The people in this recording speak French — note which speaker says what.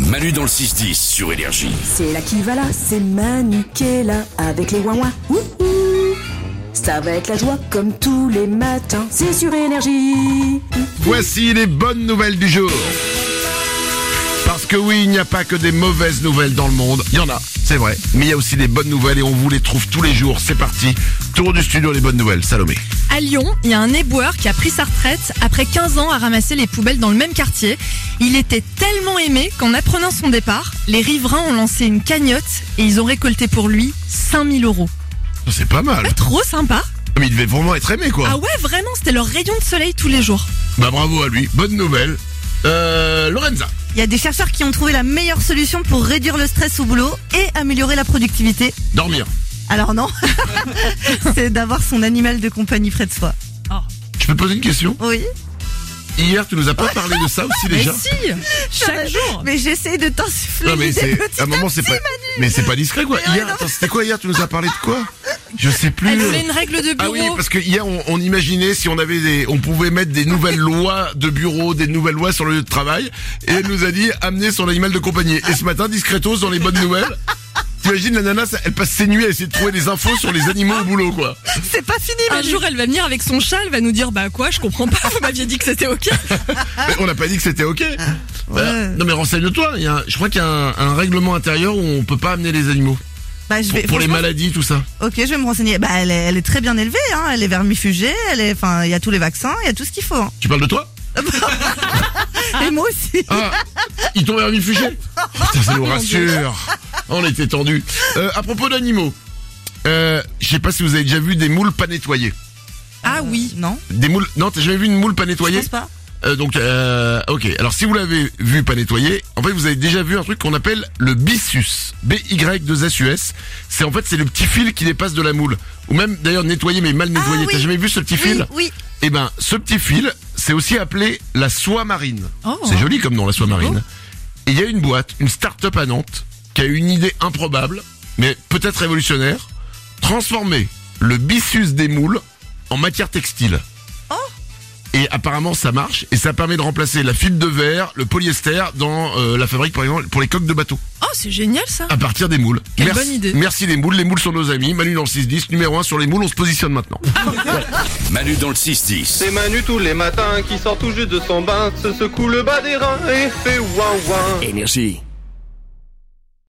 Speaker 1: Manu dans le 6-10 sur Énergie.
Speaker 2: C'est là qui va là, c'est Manu qui est là avec les ouin Ça va être la joie comme tous les matins, c'est sur Énergie.
Speaker 3: Voici les bonnes nouvelles du jour. Parce que oui, il n'y a pas que des mauvaises nouvelles dans le monde. Il y en a, c'est vrai. Mais il y a aussi des bonnes nouvelles et on vous les trouve tous les jours. C'est parti. Tour du studio, les bonnes nouvelles. Salomé.
Speaker 4: À Lyon, il y a un éboueur qui a pris sa retraite après 15 ans à ramasser les poubelles dans le même quartier. Il était tellement aimé qu'en apprenant son départ, les riverains ont lancé une cagnotte et ils ont récolté pour lui 5000 euros.
Speaker 3: C'est pas mal.
Speaker 4: Pas trop sympa
Speaker 3: Mais il devait vraiment être aimé, quoi.
Speaker 4: Ah ouais, vraiment, c'était leur rayon de soleil tous les jours.
Speaker 3: Bah bravo à lui. Bonne nouvelle. Euh, Lorenza.
Speaker 5: Il y a des chercheurs qui ont trouvé la meilleure solution pour réduire le stress au boulot et améliorer la productivité.
Speaker 3: Dormir.
Speaker 5: Alors non, c'est d'avoir son animal de compagnie près de soi.
Speaker 3: Je peux poser une question
Speaker 5: Oui,
Speaker 3: Hier, tu nous as pas parlé de ça aussi déjà
Speaker 4: si Chaque jour
Speaker 5: mais j'essaie de t'insuffler
Speaker 3: Non, mais
Speaker 5: l'idée
Speaker 3: c'est.
Speaker 5: petit
Speaker 3: À un moment, c'est
Speaker 5: petit,
Speaker 3: pas. Mais c'est pas discret, quoi. Hier, attends, c'était quoi hier Tu nous as parlé de quoi Je sais plus.
Speaker 4: Elle voulait une règle de
Speaker 3: Ah
Speaker 4: bureau.
Speaker 3: oui, parce que hier on, on imaginait si on avait des, on pouvait mettre des nouvelles lois de bureau, des nouvelles lois sur le lieu de travail, et elle nous a dit amener son animal de compagnie. Et ce matin, discretos dans les bonnes nouvelles, t'imagines la nana, ça- elle passe ses nuits à essayer de trouver des infos sur les animaux au boulot, quoi.
Speaker 5: C'est pas fini,
Speaker 4: Un
Speaker 5: Manu.
Speaker 4: jour, elle va venir avec son chat, elle va nous dire Bah quoi, je comprends pas, vous m'aviez dit que c'était ok.
Speaker 3: Mais on n'a pas dit que c'était ok. Voilà. Non mais renseigne-toi. il y a un- Je crois qu'il y a un, un règlement intérieur où on peut pas amener les animaux
Speaker 5: Bah, je
Speaker 3: pour,
Speaker 5: vais,
Speaker 3: pour les
Speaker 5: franchement,
Speaker 3: maladies, tout ça.
Speaker 5: Ok, je vais me renseigner. Bah, elle est, elle est très bien élevée, hein. Elle est vermifugée, elle est, enfin, il y a tous les vaccins, il y a tout ce qu'il faut. hein.
Speaker 3: Tu parles de toi
Speaker 5: Et moi aussi.
Speaker 3: Ah, ils t'ont vermifugé Putain, ça nous rassure. On était tendus. Euh, à propos d'animaux, euh, je sais pas si vous avez déjà vu des moules pas nettoyées.
Speaker 5: Ah oui. Non.
Speaker 3: Des moules Non, t'as jamais vu une moule pas
Speaker 5: Je
Speaker 3: nettoyée
Speaker 5: pense pas.
Speaker 3: Euh, Donc, euh, ok. Alors, si vous l'avez vu pas nettoyée, en fait, vous avez déjà vu un truc qu'on appelle le byssus. B-Y-2-S-U-S. C'est en fait, c'est le petit fil qui dépasse de la moule. Ou même, d'ailleurs, nettoyé mais mal nettoyé.
Speaker 5: Ah oui.
Speaker 3: T'as jamais vu ce petit fil
Speaker 5: Oui,
Speaker 3: eh ben, ce petit fil, c'est aussi appelé la soie marine.
Speaker 4: Oh.
Speaker 3: C'est joli comme nom, la soie marine. Et Il y a une boîte, une start-up à Nantes, qui a eu une idée improbable, mais peut-être révolutionnaire, transformer le byssus des moules en matière textile.
Speaker 4: Oh.
Speaker 3: Et apparemment, ça marche, et ça permet de remplacer la fibre de verre, le polyester, dans euh, la fabrique, par exemple, pour les coques de bateau,
Speaker 4: Oh, c'est génial ça
Speaker 3: à partir des moules.
Speaker 4: Quelle
Speaker 3: merci,
Speaker 4: bonne idée.
Speaker 3: merci les moules, les moules sont nos amis. Manu dans le 6-10, numéro 1 sur les moules, on se positionne maintenant.
Speaker 1: Manu dans le 6-10.
Speaker 6: C'est Manu tous les matins qui sort tout juste de son bain, se secoue le bas des reins et fait ouin ouin.
Speaker 1: Énergie.